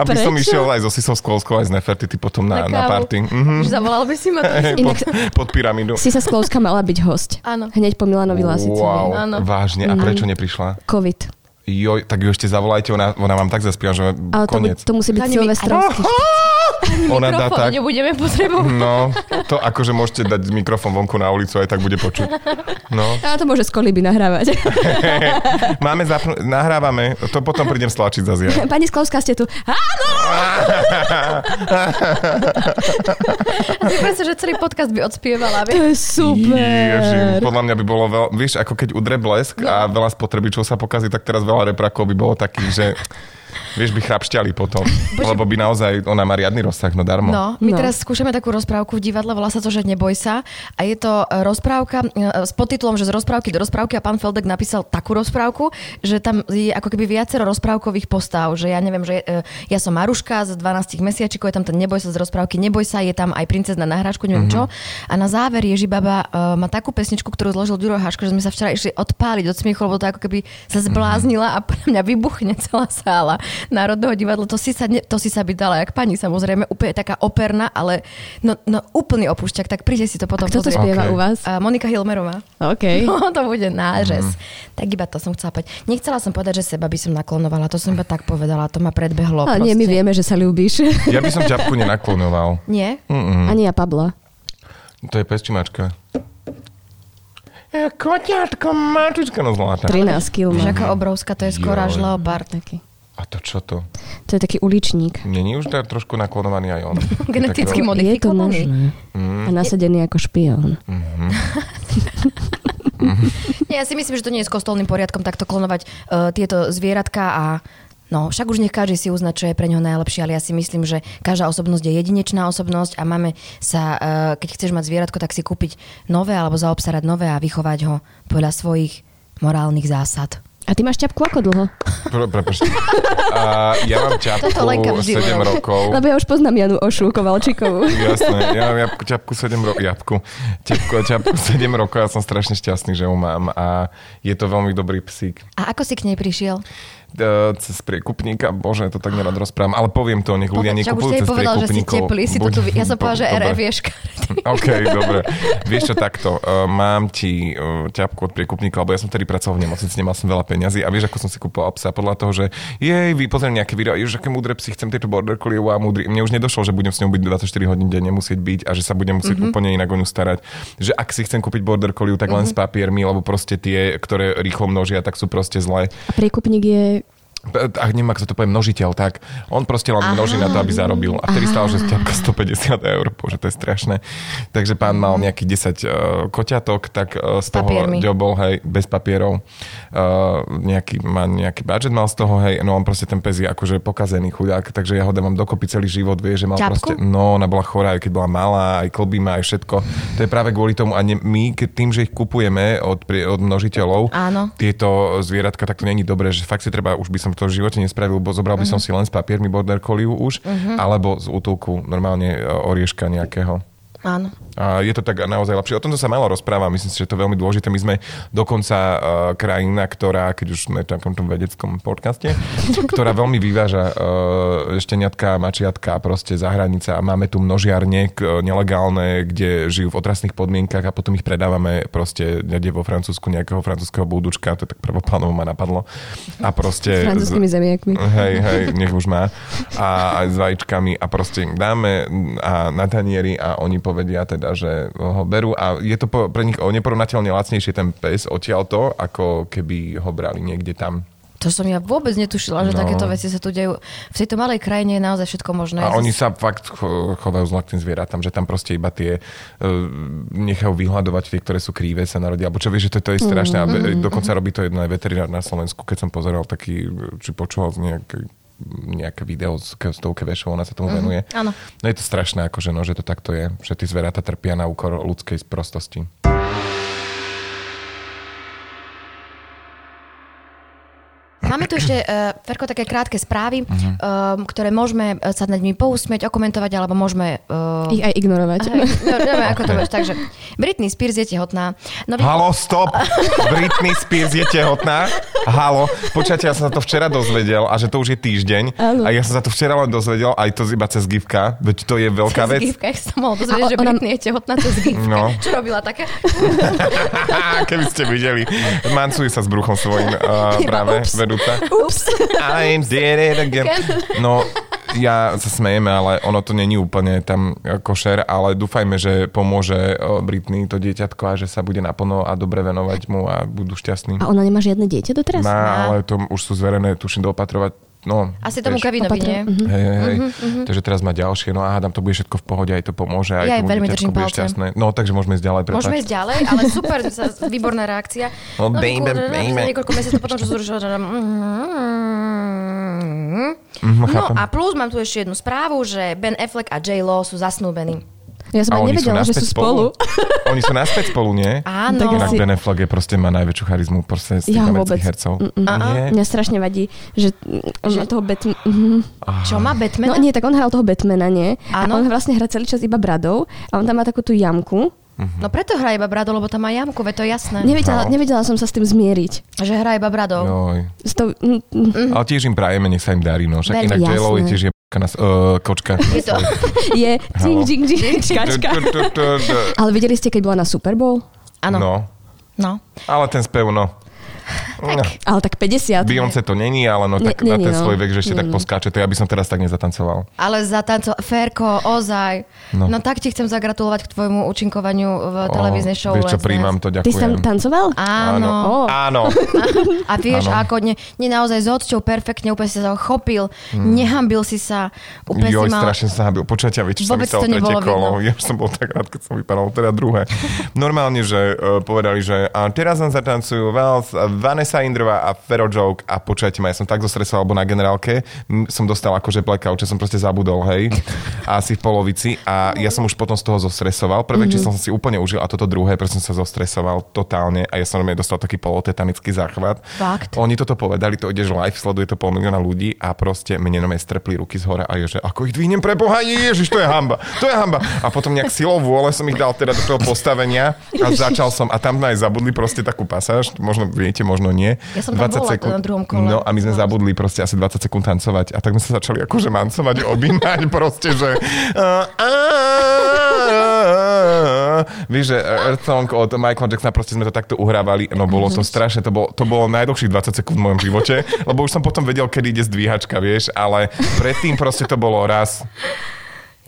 [SPEAKER 1] Aby som
[SPEAKER 3] Prečo?
[SPEAKER 1] išiel aj so Sisom Skolskou, aj z Nefertity potom na, na, na
[SPEAKER 2] kávu.
[SPEAKER 1] party. Mhm.
[SPEAKER 2] Že Zavolal by si ma to.
[SPEAKER 1] Pod, pod pyramídu.
[SPEAKER 3] Si sa Sklouska mala byť hosť.
[SPEAKER 2] Áno.
[SPEAKER 3] Hneď po Milanovi Lasicovi.
[SPEAKER 1] Wow,
[SPEAKER 2] Áno.
[SPEAKER 1] vážne.
[SPEAKER 3] Mhm.
[SPEAKER 1] A prečo neprišla?
[SPEAKER 3] COVID.
[SPEAKER 1] Joj, tak ju ešte zavolajte, ona, ona vám tak zaspíva, že
[SPEAKER 3] Ale to, bu-
[SPEAKER 1] koniec.
[SPEAKER 3] to musí byť
[SPEAKER 2] Dani,
[SPEAKER 3] silvestrovský.
[SPEAKER 1] Ona dá
[SPEAKER 2] Mikrofón
[SPEAKER 1] tak.
[SPEAKER 2] nebudeme potrebovať.
[SPEAKER 1] No, to akože môžete dať mikrofón vonku na ulicu, aj tak bude počuť. No.
[SPEAKER 3] Ale to môže z koliby nahrávať.
[SPEAKER 1] Máme zapnú... Nahrávame, to potom prídem stlačiť za ja.
[SPEAKER 3] Pani Sklovská, ste tu. Áno!
[SPEAKER 2] Si predstav, že celý podcast by odspievala.
[SPEAKER 3] To
[SPEAKER 2] vieš?
[SPEAKER 3] je super.
[SPEAKER 1] Ježi, podľa mňa by bolo veľa, vieš, ako keď udre blesk a
[SPEAKER 3] No.
[SPEAKER 1] veľa spotrebičov sa pokazí, tak teraz veľa reprakov by bolo takých, že vieš, by chrapšťali potom. Lebo by naozaj, ona má riadny rozsah, no darmo.
[SPEAKER 2] No, my
[SPEAKER 3] No.
[SPEAKER 2] no. teraz skúšame takú rozprávku v divadle, volá sa to, že neboj sa. A je to e, rozprávka e, s podtitulom, že z rozprávky do rozprávky a pán Feldek napísal takú rozprávku, že tam je ako keby viacero rozprávkových postav, že ja neviem, že e, ja som Maruška z 12 mesiačikov, je tam ten neboj sa z rozprávky, neboj sa, je tam aj princezna na hráčku, neviem mm-hmm. čo. A na záver Ježibaba e, má takú pesničku, ktorú zložil Duro Haško, že sme sa včera išli odpáliť od smiechu, lebo to ako keby sa zbláznila a podľa mňa vybuchne celá sála Národného divadla. To si sa, ne, to si sa by dala, jak pani samozrejme, úplne taká operná, ale no, no úplný opušťak, tak príde si to potom
[SPEAKER 3] Kto to
[SPEAKER 2] pozrieť.
[SPEAKER 3] spieva
[SPEAKER 1] Ok.
[SPEAKER 3] u vás?
[SPEAKER 2] A Monika Hilmerová.
[SPEAKER 3] OK.
[SPEAKER 2] No, to bude nážes. Mm. Tak iba to som chcela povedať. Nechcela som povedať, že seba by som naklonovala, to som iba tak povedala, to ma predbehlo.
[SPEAKER 3] Ale nie, my
[SPEAKER 2] proste.
[SPEAKER 3] vieme, že sa ľúbiš.
[SPEAKER 1] Ja by som ťapku nenaklonoval.
[SPEAKER 2] Nie?
[SPEAKER 3] Mhm.
[SPEAKER 1] Mm-mm.
[SPEAKER 3] Ani ja Pabla.
[SPEAKER 1] To je pesčimačka. Koťatko, mačička, no zlatá.
[SPEAKER 3] 13 kg
[SPEAKER 2] Že
[SPEAKER 3] má.
[SPEAKER 2] aká obrovská, to je skôr až
[SPEAKER 1] Joj.
[SPEAKER 2] leopard.
[SPEAKER 3] Taký.
[SPEAKER 1] A to čo to?
[SPEAKER 3] To je taký uličník.
[SPEAKER 1] Není už tak trošku naklonovaný aj on.
[SPEAKER 2] Geneticky
[SPEAKER 1] Taký-
[SPEAKER 3] Je to
[SPEAKER 2] modifikovaný.
[SPEAKER 3] možné.
[SPEAKER 1] Mm.
[SPEAKER 3] A nasadený ako špión.
[SPEAKER 2] Nie, ja si myslím, že to nie je s kostolným poriadkom takto klonovať uh, tieto zvieratka a No, však už nech každý si uzna, čo je pre neho najlepšie, ale ja si myslím, že každá osobnosť je jedinečná osobnosť a máme sa, eh, keď chceš mať zvieratko, tak si kúpiť nové alebo zaobstarať nové a vychovať ho podľa svojich morálnych zásad.
[SPEAKER 3] A ty máš ťapku ako dlho?
[SPEAKER 1] Pre, prepačte. A ja mám ťapku
[SPEAKER 2] Toto Lenka vždy
[SPEAKER 1] 7
[SPEAKER 2] hovorí.
[SPEAKER 1] rokov.
[SPEAKER 3] Lebo ja už poznám Janu Ošu Kovalčikovú.
[SPEAKER 1] Jasné, ja mám japku, ťapku 7 rokov. Japku. Ťapku, ťapku 7 rokov a som strašne šťastný, že ju mám. A je to veľmi dobrý psík.
[SPEAKER 2] A ako si k nej prišiel?
[SPEAKER 1] E, Cez priekupníka, bože, to tak nerad rozprávam, ale poviem to, nech ľudia
[SPEAKER 2] Povedz, však už
[SPEAKER 1] nekupujú cez
[SPEAKER 2] si jej povedal, že si
[SPEAKER 1] priekupníkov.
[SPEAKER 2] teplý, si to
[SPEAKER 1] Buď-
[SPEAKER 2] tu... vy- Ja som
[SPEAKER 1] po-
[SPEAKER 2] povedal, že
[SPEAKER 1] dobre.
[SPEAKER 2] RFIeška.
[SPEAKER 1] OK, dobre. Vieš čo, takto. Uh, mám ti uh, ťapku od priekupníka, lebo ja som tedy pracoval v nemocnici, nemal som veľa peňazí a vieš, ako som si kúpoval psa podľa toho, že jej, vy pozriem nejaké video, už aké múdre psy, chcem tieto border collie, wow, múdry. Mne už nedošlo, že budem s ňou byť 24 hodín denne musieť byť a že sa budem musieť mm-hmm. úplne inak o ňu starať. Že ak si chcem kúpiť border collie, tak len mm-hmm. s papiermi, lebo proste tie, ktoré rýchlo množia, tak sú proste zlé.
[SPEAKER 3] A priekupník je...
[SPEAKER 1] P- Ach, neviem, ako sa to povie, množiteľ, tak on proste len množí na to, aby zarobil. A vtedy stalo, že sťapka 150 eur, bože, to je strašné. Takže pán mal nejakých 10 uh, koťatok, tak uh, z toho
[SPEAKER 2] papiermi.
[SPEAKER 1] ďobol, hej, bez papierov. Uh, nejaký, má, nejaký budget mal z toho, hej, no on proste ten pes je akože pokazený chudák, takže ja ho dávam dokopy celý život, vie, že mal
[SPEAKER 2] Ťapku?
[SPEAKER 1] proste, no ona bola chorá, aj keď bola malá, aj klby má, aj všetko. To je práve kvôli tomu, a ne, my, keď tým, že ich kupujeme od, pri- od množiteľov,
[SPEAKER 2] Áno.
[SPEAKER 1] tieto zvieratka, tak to není dobré, že fakt si treba, už by som to v živote nespravil, bo zobral by som si len s papiermi border collie už, alebo z útulku normálne e, orieška nejakého.
[SPEAKER 2] Áno.
[SPEAKER 1] A je to tak naozaj lepšie. O tomto sa málo rozpráva, myslím si, že to je veľmi dôležité. My sme dokonca uh, krajina, ktorá, keď už sme v takomto vedeckom podcaste, ktorá veľmi vyváža uh, šteniatka, mačiatka proste za hranica. A Máme tu množiarne k, e, nelegálne, kde žijú v otrasných podmienkach a potom ich predávame proste niekde vo Francúzsku nejakého francúzského búdučka, to tak prvoplánovo ma napadlo. A proste...
[SPEAKER 3] S francúzskými zemiakmi.
[SPEAKER 1] Hej, hej, nech už má. A aj s vajíčkami a proste im dáme a na tanieri a oni povedia teda, že ho berú a je to po- pre nich o neporovnateľne lacnejšie ten pes odtiaľto, ako keby ho brali niekde tam.
[SPEAKER 2] To som ja vôbec netušila, že
[SPEAKER 1] No.
[SPEAKER 2] takéto veci sa tu dejú. V tejto malej krajine je naozaj všetko možné.
[SPEAKER 1] A
[SPEAKER 2] Ja som
[SPEAKER 1] oni sa fakt cho- chovajú zle k tým zvieratám, že tam proste iba tie eh, nechajú vyhľadovať tie, ktoré sú kríve, sa narodia. Alebo čo vieš, že to, to je strašné. A ve-
[SPEAKER 2] Mm-hmm,
[SPEAKER 1] dokonca robí to jedno aj veterinár na Slovensku, keď som pozeral taký, či počúval z nejakej nejaké video z ke- stovke vešov, ona sa tomu venuje.
[SPEAKER 2] Mm-hmm, áno.
[SPEAKER 1] No je to strašné, akože, no, že to takto je, že tí zvieratá trpia na úkor ľudskej sprostosti.
[SPEAKER 2] Máme Máme tu ešte, uh, Ferko, také krátke
[SPEAKER 1] Mhm.
[SPEAKER 2] správy, um, ktoré môžeme eh, sa nad nimi pousmieť, okomentovať, alebo môžeme...
[SPEAKER 1] Mm.
[SPEAKER 2] Uh,
[SPEAKER 3] Ich aj ignorovať.
[SPEAKER 2] Hej, no, neviem, ako to
[SPEAKER 1] Ok.
[SPEAKER 2] budeš. Takže Britney Spears je tehotná. No, vy-
[SPEAKER 1] Halo, stop! Britney Spears je tehotná. Halo. Počujete, ja som sa to včera dozvedel a že to už je týždeň.
[SPEAKER 3] Áno.
[SPEAKER 1] A ja som sa to včera len dozvedel, aj to iba cez gifka, veď to je veľká
[SPEAKER 2] Cez
[SPEAKER 1] vec.
[SPEAKER 2] gifka, jak sa mohol
[SPEAKER 3] A
[SPEAKER 2] dozvedieť, že
[SPEAKER 3] ona-
[SPEAKER 2] Britney je tehotná cez gifka.
[SPEAKER 1] No.
[SPEAKER 2] Čo robila také?
[SPEAKER 1] Keby ste videli. Mancuje sa s bruchom svojim uh, práve
[SPEAKER 2] ups.
[SPEAKER 1] vedúca.
[SPEAKER 2] Ups.
[SPEAKER 1] I'm did it again. No, ja sa smejem, ale ono to není úplne tam e, košer, ale dúfajme, že pomôže e, Britney to dieťatko a že sa bude naplno a dobre venovať mu a budú šťastní.
[SPEAKER 3] A ona nemá žiadne dieťa doteraz?
[SPEAKER 1] Má, ale to už sú zverené, tuším, doopatrovať. No,
[SPEAKER 2] Asi tomu
[SPEAKER 1] vieš.
[SPEAKER 2] Mhm, Kevinovi, nie?
[SPEAKER 3] Opatrne.
[SPEAKER 1] Hej, hej, hej. Takže teraz má ďalšie. No a hádam, to bude všetko v pohode, aj to pomôže, aj
[SPEAKER 2] Ja
[SPEAKER 1] to
[SPEAKER 2] im veľmi držím
[SPEAKER 1] bude
[SPEAKER 2] palce.
[SPEAKER 1] šťastné. No, takže môžeme ísť ďalej. prepáč.
[SPEAKER 2] Môžeme ísť ďalej, ale super, sa- výborná reakcia.
[SPEAKER 1] No,
[SPEAKER 2] No,
[SPEAKER 1] baby,
[SPEAKER 2] takú-
[SPEAKER 1] baby.
[SPEAKER 2] Niekoľko mesiacov potom, čo teda- sú... že- No
[SPEAKER 1] Mhm. chápem.
[SPEAKER 2] a plus mám tu ešte jednu správu, že Ben Affleck a J-Lo sú zasnúbení.
[SPEAKER 3] Ja som
[SPEAKER 1] A
[SPEAKER 3] aj
[SPEAKER 1] oni sú
[SPEAKER 3] nevedela, že
[SPEAKER 1] naspäť
[SPEAKER 3] sú spolu.
[SPEAKER 1] oni sú naspäť spolu, nie?
[SPEAKER 2] Áno.
[SPEAKER 3] Tak
[SPEAKER 1] Inak
[SPEAKER 3] asi-
[SPEAKER 1] Ben Affleck je proste má najväčšiu charizmu proste z tých
[SPEAKER 3] Ja
[SPEAKER 1] amerických
[SPEAKER 3] vôbec.
[SPEAKER 1] hercov.
[SPEAKER 2] Mm,
[SPEAKER 3] Mm-mm.
[SPEAKER 1] Nie?
[SPEAKER 3] Mm, Mňa strašne vadí, že on má toho Batman... Mhm.
[SPEAKER 2] Čo má Batman?
[SPEAKER 3] No nie, tak on hral toho Batmana, nie?
[SPEAKER 2] Áno.
[SPEAKER 3] A on vlastne hrá celý čas iba bradou a on tam má takú tú jamku.
[SPEAKER 2] no preto hrá iba Brado, lebo tam má jamku, veď to je jasné.
[SPEAKER 1] No.
[SPEAKER 3] Nevedela, nevedela som sa s tým zmieriť.
[SPEAKER 2] Že hrá iba Brado.
[SPEAKER 1] Joj.
[SPEAKER 3] S tou, mm, mm,
[SPEAKER 1] Ale tiež im prajeme, nech sa im darí. No. Však
[SPEAKER 2] Mhm. Veľmi
[SPEAKER 1] inak
[SPEAKER 3] jasné.
[SPEAKER 1] J-Lo je tiež je na, s- eh, kočka.
[SPEAKER 2] Je to,
[SPEAKER 3] je
[SPEAKER 1] Halo.
[SPEAKER 3] džing, džing, džing, čkačka.
[SPEAKER 1] Tu, tu, tu, tu.
[SPEAKER 3] Ale videli ste, keď bola na Super Bowl?
[SPEAKER 2] áno.
[SPEAKER 1] No.
[SPEAKER 2] No.
[SPEAKER 1] Ale ten spev, no. No.
[SPEAKER 3] Ale tak 50.
[SPEAKER 1] Beyoncé to není, ale no tak na
[SPEAKER 3] Ne- není,
[SPEAKER 1] ten
[SPEAKER 3] no.
[SPEAKER 1] svoj vek, že ešte tak poskáče, to ja by som teraz tak nezatancoval.
[SPEAKER 2] Ale za tanco, Ferko, ozaj.
[SPEAKER 1] No.
[SPEAKER 2] No. tak ti chcem zagratulovať k tvojmu účinkovaniu v
[SPEAKER 1] O,
[SPEAKER 2] televíznej show.
[SPEAKER 1] Vieš čo,
[SPEAKER 2] Let's
[SPEAKER 1] príjmam
[SPEAKER 2] Dance.
[SPEAKER 1] to,
[SPEAKER 3] vlastne. Ty si tam
[SPEAKER 1] ďakujem.
[SPEAKER 3] tancoval?
[SPEAKER 2] Áno.
[SPEAKER 3] Ó.
[SPEAKER 1] Áno.
[SPEAKER 2] A vieš,
[SPEAKER 1] Áno.
[SPEAKER 2] ano. ako nie, nie naozaj s otčou perfektne, úplne si sa toho chopil, nehambil si sa, úplne
[SPEAKER 1] Hmm. Joj,
[SPEAKER 2] si mal...
[SPEAKER 1] strašne sa hábil. Počatia, vieš, čo som
[SPEAKER 2] Vôbec
[SPEAKER 1] myslel
[SPEAKER 2] to nebolo
[SPEAKER 1] tretie kolo.
[SPEAKER 2] vidno.
[SPEAKER 1] Ja som bol tak rád, keď som vypadal, teda druhé. Normálne, že e, povedali, že a teraz nám zatancujú Vals, Vanessa Indrova a Fero Joke a počujete ma, ja som tak zostresoval, alebo na generálke m, som dostal akože blackout, čo som proste zabudol, hej, a asi v polovici a ja som už potom z toho zostresoval. Prvé
[SPEAKER 2] Mhm.
[SPEAKER 1] mm-hmm. som si úplne užil a toto druhé, preto som sa zostresoval totálne a ja som normálne dostal taký polotetanický záchvat.
[SPEAKER 2] Fakt?
[SPEAKER 1] Oni toto povedali, to ideš live, sleduje to pol milióna ľudí a proste mne nome strpli ruky z hora a je, že ako ich dvihnem pre Boha, ježiš, to je hamba, to je hamba. A potom nejak silou vôle som ich dal teda do toho postavenia a začal som, a tam sme aj zabudli proste takú pasáž, možno viete, možno nie.
[SPEAKER 2] Ja som tam bola, na druhom kole.
[SPEAKER 1] No a my sme
[SPEAKER 2] No.
[SPEAKER 1] zabudli proste asi 20 sekúnd tancovať a tak sme sa začali akože mancovať, objímať proste, že... uh, Vieš, že e, Earth Song od Michaela Jacksona, proste sme to takto uhrávali, no bolo to strašne, to bolo, to bolo najdlhších 20 sekúnd v mojom živote, lebo už som potom vedel, kedy ide zdvíhačka, vieš, ale predtým proste to bolo raz,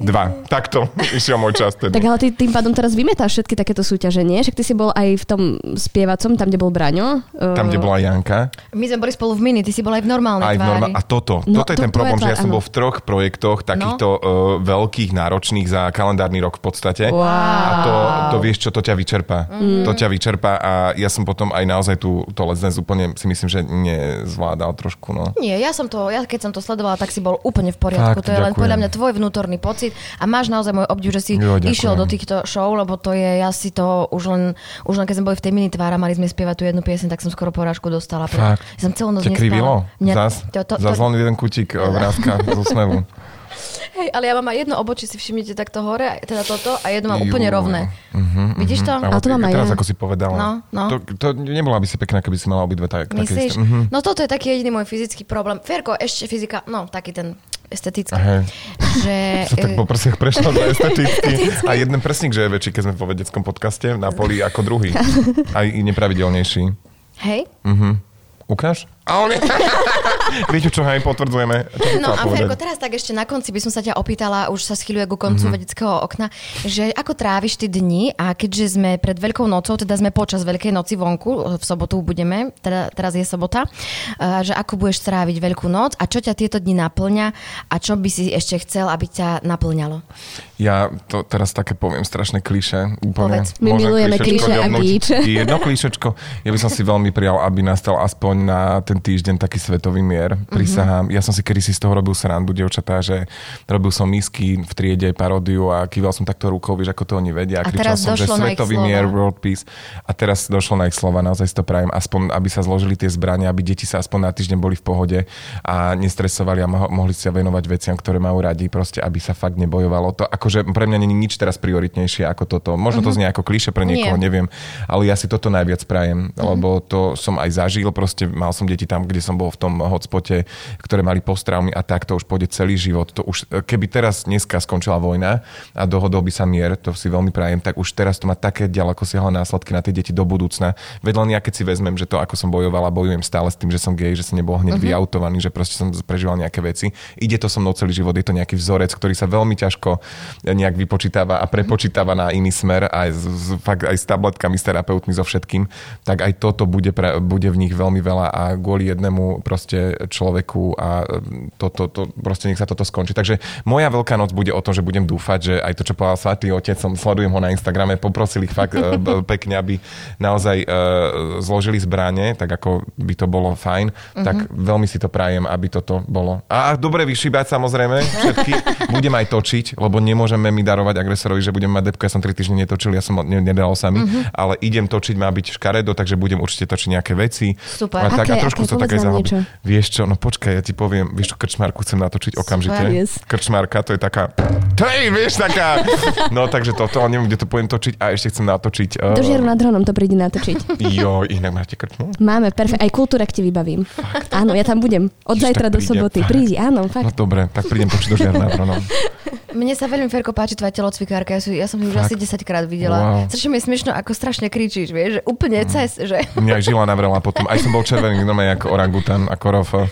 [SPEAKER 1] dva, takto išiel môj čas tedy.
[SPEAKER 3] Tak ale ty tým pádom teraz vymetáš všetky takéto súťaže, nie? Však ty si bol aj v tom spievacom, tam, kde bol Braňo.
[SPEAKER 1] Tam, kde bola Janka.
[SPEAKER 2] My sme boli spolu v mini, ty si bola aj v normálnej
[SPEAKER 1] Aj v
[SPEAKER 2] tvári.
[SPEAKER 1] norma- a toto,
[SPEAKER 3] No,
[SPEAKER 1] toto je
[SPEAKER 3] to-
[SPEAKER 1] ten
[SPEAKER 3] to je
[SPEAKER 1] problém, že ja
[SPEAKER 3] tvár,
[SPEAKER 1] som
[SPEAKER 3] áno.
[SPEAKER 1] bol v troch projektoch takýchto no. uh, veľkých, náročných za kalendárny rok v podstate.
[SPEAKER 3] Wow.
[SPEAKER 1] A to, to vieš čo, to ťa vyčerpá. Mm. To ťa vyčerpá a ja som potom aj naozaj tú, to Let's Dance úplne si myslím, že nezvládal trošku. No.
[SPEAKER 2] Nie, ja som to, ja keď som to sledovala, tak si bol úplne v poriadku.
[SPEAKER 1] Fakt,
[SPEAKER 2] to je len
[SPEAKER 1] ďakujem.
[SPEAKER 2] podľa mňa tvoj vnútorný pocit a máš naozaj môj obdiv, že si
[SPEAKER 1] Jo,
[SPEAKER 2] jo,
[SPEAKER 1] ďakujem.
[SPEAKER 2] išiel do týchto show, lebo to je, ja si to už len, už len keď sme boli v tej mini tvára, mali sme spievať tú jednu piesen, tak som skoro porážku dostala.
[SPEAKER 1] Fakt.
[SPEAKER 2] Ja som celú noc
[SPEAKER 1] Ťa
[SPEAKER 2] nespala.
[SPEAKER 1] krivilo?
[SPEAKER 2] Mňa-
[SPEAKER 1] Zas,
[SPEAKER 2] No, to- to-
[SPEAKER 1] zas
[SPEAKER 2] to-
[SPEAKER 1] len jeden kutík e, vrázka z úsmevu.
[SPEAKER 2] Hej, ale ja mám aj jedno obočie, si všimnite takto hore, a- teda toto, a jedno mám
[SPEAKER 1] Jú.
[SPEAKER 2] úplne rovné.
[SPEAKER 1] Mhm,
[SPEAKER 2] Vidíš to?
[SPEAKER 1] Ale
[SPEAKER 3] to mám aj
[SPEAKER 1] teraz,
[SPEAKER 3] ja.
[SPEAKER 1] ako si povedala.
[SPEAKER 2] No, no.
[SPEAKER 1] To, to nebola by si pekná, keby si mala obidve tak, také
[SPEAKER 2] Myslíš?
[SPEAKER 1] isté. Mhm.
[SPEAKER 2] No toto je taký jediný môj fyzický problém. Ferko, ešte fyzika, no taký ten estetický.
[SPEAKER 1] Hej.
[SPEAKER 2] Že,
[SPEAKER 1] Sa tak
[SPEAKER 2] eh,
[SPEAKER 1] po prsiach prešla do estetiky. A jeden prsník, že je väčší, keď sme po vedeckom podcaste na poli ako druhý. Aj i nepravidelnejší.
[SPEAKER 2] hej?
[SPEAKER 1] Mhm. Ukáž? A on... Viete čo, aj potvrdzujeme. To som
[SPEAKER 2] No
[SPEAKER 1] chcela
[SPEAKER 2] a
[SPEAKER 1] povedať.
[SPEAKER 2] Ferko, teraz tak ešte na konci by som sa ťa opýtala, už sa schyluje ku
[SPEAKER 1] Mhm.
[SPEAKER 2] koncu mm-hmm. vedeckého okna, že ako tráviš ty dni a keďže sme pred Veľkou nocou, teda sme počas Veľkej noci vonku, e, v sobotu budeme, teda teraz je sobota, eh, že ako budeš tráviť Veľkú noc a čo ťa tieto dni naplňa a čo by si ešte chcel, aby ťa naplňalo?
[SPEAKER 1] Ja to teraz také poviem strašné kliše. Úplne.
[SPEAKER 2] Povedz.
[SPEAKER 3] My
[SPEAKER 1] Môžem
[SPEAKER 3] milujeme
[SPEAKER 1] klišečko
[SPEAKER 3] klišé a
[SPEAKER 1] ďobnúť?
[SPEAKER 3] gíč.
[SPEAKER 1] Jedno klišečko. Ja by som si veľmi prijal, aby nastal aspoň na ten týždeň taký svetový somier, prisahám. Mm-hmm. Ja som si kedysi z toho robil srandu, devčatá, že robil som misky v triede, paródiu a kýval som takto rukou, vieš, ako to oni vedia.
[SPEAKER 4] A
[SPEAKER 1] kričal
[SPEAKER 4] teraz
[SPEAKER 1] som, že
[SPEAKER 4] došlo na ich
[SPEAKER 1] svetový
[SPEAKER 4] slova.
[SPEAKER 1] mier, world peace. A teraz došlo na ich slova, naozaj si to prajem, aspoň aby sa zložili tie zbrania, aby deti sa aspoň na týždeň boli v pohode a nestresovali a moho- mohli sa venovať veciam, ktoré majú radi, proste aby sa fakt nebojovalo. To akože pre mňa není nič teraz prioritnejšie ako toto. Možno to znie ako kliše pre niekoho,
[SPEAKER 2] Nie.
[SPEAKER 1] neviem, ale ja si toto najviac prajem, lebo to som aj zažil, proste mal som deti tam, kde som bol v tom hotspote, ktoré mali postraumy a tak to už pôjde celý život. To už, keby teraz dneska skončila vojna a dohodol by sa mier, to si veľmi prajem, tak už teraz to má také ďaleko siahle následky na tie deti do budúcna. Veď len ja keď si vezmem, že to ako som bojovala, bojujem stále s tým, že som gej, že som nebol hneď vyautovaný, že proste som prežíval nejaké veci. Ide to so mnou celý život, je to nejaký vzorec, ktorý sa veľmi ťažko eh, nejak vypočítava a prepočítava na iný smer aj s, s, fakt aj s tabletkami, s terapeutmi, so všetkým, tak aj toto bude, pre, bude v nich veľmi veľa a kvôli jednému proste človeku a mm, toto, to, proste nech sa toto skončí. Takže moja veľká noc bude o tom, že budem dúfať, že aj to, čo povedal Svatý Otec, som, sledujem ho na Instagrame, poprosil ich fakt e, b- pekne, aby naozaj e, zložili zbranie, tak ako by to bolo fajn, mm-hmm. tak veľmi si to prajem, aby toto bolo. A dobre vyšibať samozrejme, všetky. budem aj točiť, lebo nemôžeme mi darovať agresorovi, že budem mať depku, ja som 3 týždne netočil, ja som ne- nedal sa mi, mm-hmm. ale idem točiť, má byť škaredo, takže budem určite točiť nejaké veci.
[SPEAKER 4] Super.
[SPEAKER 1] A, tak, a
[SPEAKER 3] Aké-
[SPEAKER 1] trošku
[SPEAKER 3] aké?
[SPEAKER 1] sa tak aj
[SPEAKER 3] Povedz nám
[SPEAKER 1] zahlbí.
[SPEAKER 3] niečo.
[SPEAKER 1] Vieš čo, no počkaj, ja ti poviem, vieš čo, krčmárku chcem natočiť okamžite.
[SPEAKER 3] yes.
[SPEAKER 1] Krčmárka, to je taká, hej, vieš, taká. No takže toto, ale neviem, kde to pôjdem točiť a ešte chcem natočiť. eh,
[SPEAKER 3] Do žiaru nad dronom to príde natočiť.
[SPEAKER 1] Jo, inak máte krčmu?
[SPEAKER 3] Máme, perfekt. Aj kultúrak ti vybavím. Áno, ja tam budem. Od
[SPEAKER 1] Ježiš,
[SPEAKER 3] zajtra
[SPEAKER 1] tak
[SPEAKER 3] do
[SPEAKER 1] prídem,
[SPEAKER 3] soboty.
[SPEAKER 1] fakt.
[SPEAKER 3] Prídi, áno,
[SPEAKER 1] No
[SPEAKER 3] fakt.
[SPEAKER 1] dobre, tak prídem počuť do no. žiarna dronom.
[SPEAKER 2] Mne sa veľmi Ferko páči tvoja telocvikárka, ja, sú- ja som ju už
[SPEAKER 1] Fakt?
[SPEAKER 2] asi 10 krát videla.
[SPEAKER 1] Wow. Mhm.
[SPEAKER 2] Wow. Strašne mi je smiešno, ako strašne kričíš, vieš, že úplne cez, že...
[SPEAKER 1] Mňa aj žila navrela potom. Aj som bol červený, normálne ako orangutan, ako rofo.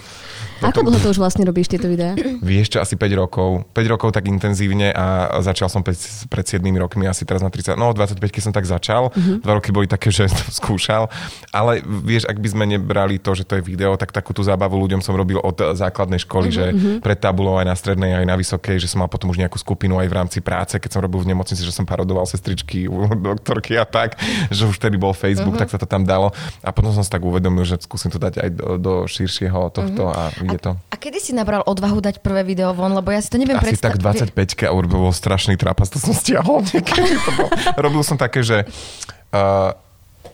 [SPEAKER 3] Ako dlho to už vlastne robíš tieto videá?
[SPEAKER 1] Vieš čo, asi 5 rokov. 5 rokov tak intenzívne a začal som 5, pred 7 rokmi, asi teraz na 30, no 25 keď som tak začal. Mm-hmm. Dva roky boli také, že som skúšal. Ale vieš, ak by sme nebrali to, že to je video, tak takú tú zábavu ľuďom som robil od eh, základnej školy, mm-hmm. že pred tabulou aj na strednej, aj na vysokej, že som mal potom už nejakú skupinu aj v rámci práce, keď som robil v nemocnici, že som parodoval sestričky, u doktorky a tak, že už vtedy bol Facebook, mm-hmm. tak sa to tam dalo. A potom som si tak uvedomil, že skúsim to dať aj do, do širšieho tohto mm-hmm. a ide to.
[SPEAKER 2] A kedy si nabral odvahu dať prvé video von, lebo ja si to neviem
[SPEAKER 1] Asi tak
[SPEAKER 2] predstaviť.
[SPEAKER 1] 25 a urobil bol strašný trapas, to som stiahol niekedy. To bol, robil som také, že... Uh,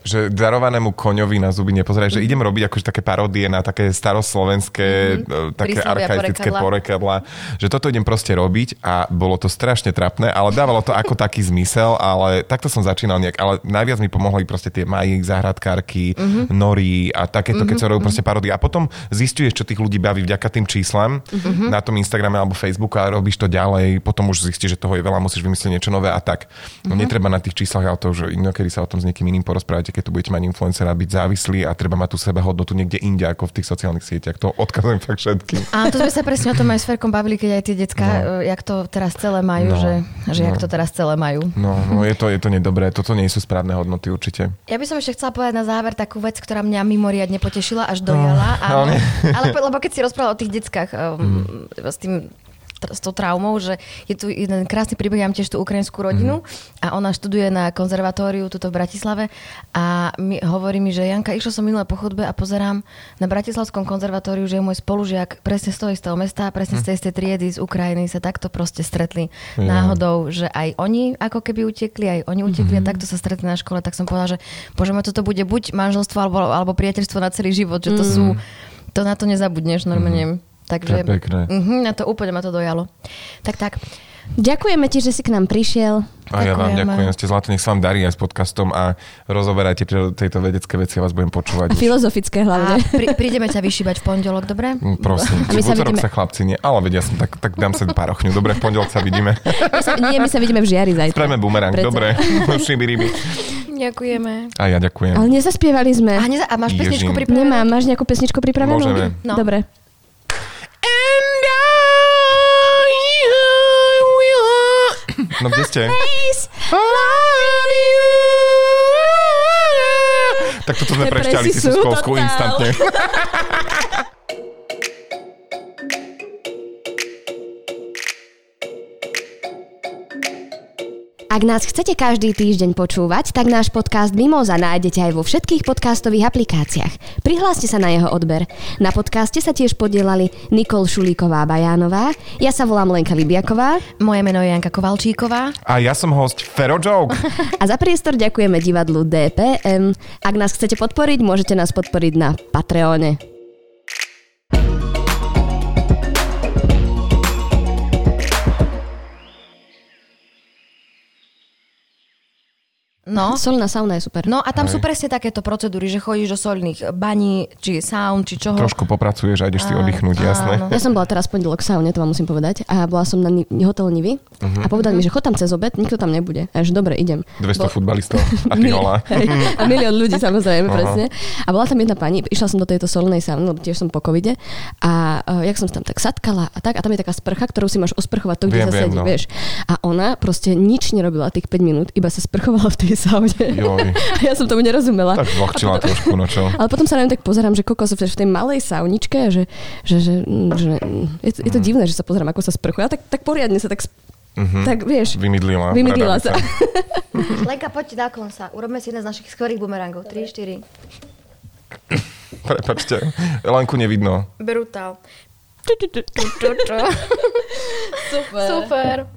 [SPEAKER 1] že darovanému koňovi na zuby nepozeraj,
[SPEAKER 2] Mhm.
[SPEAKER 1] že idem robiť akože také parodie na také staroslovenské, mm-hmm. také
[SPEAKER 2] Príslovia,
[SPEAKER 1] archaistické
[SPEAKER 2] porekadlá.
[SPEAKER 1] porekadla, že toto idem proste robiť a bolo to strašne trapné, ale dávalo to ako taký zmysel, ale takto som začínal nejak, ale najviac mi pomohli proste tie mají, záhradkárky, mm-hmm. nory a takéto, keď sa robí proste parodie. A potom zistuješ, čo tých ľudí baví vďaka tým číslam mm-hmm. na tom Instagrame alebo Facebooku a robíš to ďalej, potom už zistíš, že toho je veľa, musíš vymyslieť niečo nové a tak. No mm-hmm. netreba na tých číslach, ale to už inokedy sa o tom s niekým iným porozprávate, keď tu budete mať influencera byť závislí a treba mať tú sebahodnotu niekde inde ako v tých sociálnych sieťach. To odkazujem fakt všetkým.
[SPEAKER 2] A to sme sa presne o tom aj s Ferkom bavili, keď aj tie decka, no. jak to teraz celé majú,
[SPEAKER 1] No.
[SPEAKER 2] no. že, že no. jak
[SPEAKER 1] No.
[SPEAKER 2] to teraz celé majú.
[SPEAKER 1] No, no je, to, je to nedobré. Toto nie sú správne hodnoty určite.
[SPEAKER 2] Ja by som ešte chcela povedať na záver takú vec, ktorá mňa mimoriadne potešila až dojala.
[SPEAKER 1] ale
[SPEAKER 2] ale,
[SPEAKER 1] nie.
[SPEAKER 2] ale po- lebo keď si rozprával o tých deckách um, s tým tr- s tou traumou, že je tu jeden krásny príbeh, ja mám tiež tú ukrajinskú rodinu a ona študuje na konzervatóriu tuto v Bratislave a mi, hovorí mi, že Janka, išla som minulé po chodbe a pozerám na Bratislavskom konzervatóriu, že je môj spolužiak presne z toho istého mesta, presne z tej istej triedy z Ukrajiny sa takto proste stretli
[SPEAKER 1] Ja.
[SPEAKER 2] náhodou náhodou, že aj oni ako keby utekli, aj oni utekli
[SPEAKER 1] Mhm.
[SPEAKER 2] a takto sa stretli na škole, tak som povedala, že bože môj, toto bude buď manželstvo alebo, alebo priateľstvo na celý život, že to sú, to na to nezabudneš normálne.
[SPEAKER 1] Mhm.
[SPEAKER 2] Takže,
[SPEAKER 1] To je pekné.
[SPEAKER 2] Mhm, na to úplne ma to dojalo. Tak, tak.
[SPEAKER 3] Ďakujeme ti, že si k nám prišiel.
[SPEAKER 1] A ja vám
[SPEAKER 2] Ďakujeme.
[SPEAKER 1] ďakujem, ste zlatí, nech sa vám darí aj s podcastom a rozoberajte tieto- tieto vedecké veci, ja vás budem počúvať.
[SPEAKER 3] A
[SPEAKER 1] už.
[SPEAKER 3] filozofické
[SPEAKER 2] A
[SPEAKER 3] hlavne.
[SPEAKER 2] pri, prídeme ťa vyšívať v pondelok, dobre?
[SPEAKER 1] Mm, Prosím,
[SPEAKER 3] A
[SPEAKER 1] v
[SPEAKER 3] my sa
[SPEAKER 1] útorok
[SPEAKER 3] vidíme-
[SPEAKER 1] sa chlapci nie, ale vedia som, tak, tak dám sa parochňu. Dobre, v pondelok sa vidíme.
[SPEAKER 3] My sa, nie, my sa vidíme v žiari zajtra.
[SPEAKER 1] Spravíme bumerang,
[SPEAKER 3] Predsa.
[SPEAKER 1] dobre. Šibi, ryby.
[SPEAKER 2] Ďakujeme.
[SPEAKER 1] A ja ďakujem.
[SPEAKER 3] Ale nezaspievali sme.
[SPEAKER 2] A, neza- a máš
[SPEAKER 1] Ježim.
[SPEAKER 2] pesničku pripravenú?
[SPEAKER 3] Nemám, máš nejakú pesničku pripravenú?
[SPEAKER 1] Môžeme.
[SPEAKER 2] No.
[SPEAKER 3] Dobre.
[SPEAKER 1] No kde ste? Tak toto sme
[SPEAKER 3] Depresi
[SPEAKER 1] prešťali si
[SPEAKER 3] sú
[SPEAKER 1] Suskovskú
[SPEAKER 3] totál.
[SPEAKER 1] instantne.
[SPEAKER 3] A Ak nás chcete každý týždeň počúvať, tak náš podcast Mimoza nájdete aj vo všetkých podcastových aplikáciách. Prihláste sa na jeho odber. Na podcaste sa tiež podielali Nikol Šulíková-Bajánová, ja sa volám Lenka Libiaková
[SPEAKER 2] Moje meno je Janka Kovalčíková.
[SPEAKER 1] A ja som host Fero Joke.
[SPEAKER 3] a za priestor ďakujeme divadlu DPM. Ak nás chcete podporiť, môžete nás podporiť na Patreone.
[SPEAKER 2] No.
[SPEAKER 3] Solná sauna je super.
[SPEAKER 2] No a tam
[SPEAKER 1] Hej.
[SPEAKER 2] sú presne takéto procedúry, že chodíš do solných baní, či saun, či čoho.
[SPEAKER 1] Trošku popracuješ a ideš si oddychnúť, jasné.
[SPEAKER 3] Ja som bola teraz v pondelok v saune, to vám musím povedať, a bola som na ni- hotel
[SPEAKER 1] Mhm.
[SPEAKER 3] Nivy uh-huh. a povedali mi, že chod tam cez obed, nikto tam nebude. A ja, že dobre, idem.
[SPEAKER 1] 200 futbalistov a ty nula.
[SPEAKER 3] Hej, a milión ľudí samozrejme, presne. A bola tam jedna pani, išla som do tejto solnej sauny, lebo tiež som po covide a uh, jak som sa tam tak satkala a tak, a tam je taká sprcha, ktorú si máš osprchovať to,
[SPEAKER 1] Viem,
[SPEAKER 3] kde sa
[SPEAKER 1] viem,
[SPEAKER 3] sedí,
[SPEAKER 1] no.
[SPEAKER 3] vieš. A ona proste nič nerobila tých 5 minút, iba sa sprchovala v tej saune.
[SPEAKER 1] Joj.
[SPEAKER 3] A ja som tomu nerozumela.
[SPEAKER 1] Tak vlhčila trošku, no čo.
[SPEAKER 3] Ale potom sa na ňu tak pozerám, že kokos v v tej malej sauničke, a že, že, že, že je, to, je to divné, že sa pozerám, ako sa sprchuje. A tak, tak poriadne sa tak, sp- tak vieš,
[SPEAKER 1] Vymydlila.
[SPEAKER 3] vymydlila sa.
[SPEAKER 1] predávica.
[SPEAKER 5] Lenka, poď naklon sa. Urobme si jeden z našich skvelých bumerangov. 3, 4.
[SPEAKER 1] Prepačte, Lenku nevidno.
[SPEAKER 5] Brutál. Super.
[SPEAKER 6] Super.